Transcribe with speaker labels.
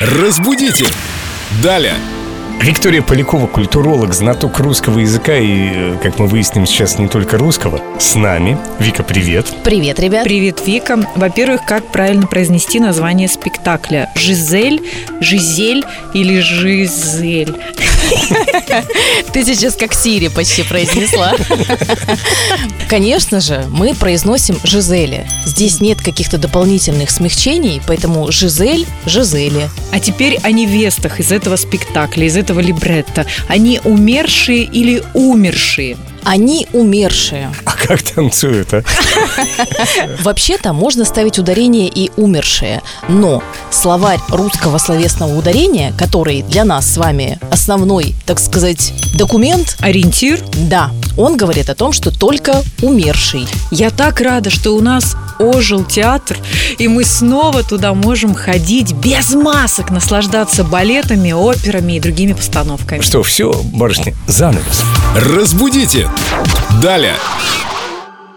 Speaker 1: Разбудите! Далее!
Speaker 2: Виктория Полякова, культуролог, знаток русского языка и, э, как мы выясним сейчас, не только русского, с нами. Вика, привет.
Speaker 3: Привет, ребят.
Speaker 4: Привет, Вика. Во-первых, как правильно произнести название спектакля? Жизель, Жизель или Жизель?
Speaker 3: Ты сейчас как Сири почти произнесла. Конечно же, мы произносим Жизели. Здесь нет каких-то дополнительных смягчений, поэтому Жизель – Жизели.
Speaker 4: А теперь о невестах из этого спектакля, из этого либретто. Они умершие или умершие?
Speaker 3: Они умершие.
Speaker 2: А как танцуют, а?
Speaker 3: Вообще-то можно ставить ударение и умершие, но словарь русского словесного ударения, который для нас с вами основной, так сказать, документ,
Speaker 4: Ориентир?
Speaker 3: да, он говорит о том, что только умерший.
Speaker 4: Я так рада, что у нас ожил театр, и мы снова туда можем ходить без масок, наслаждаться балетами, операми и другими постановками.
Speaker 2: Что, все, барышни, занавес.
Speaker 1: Разбудите! Далее!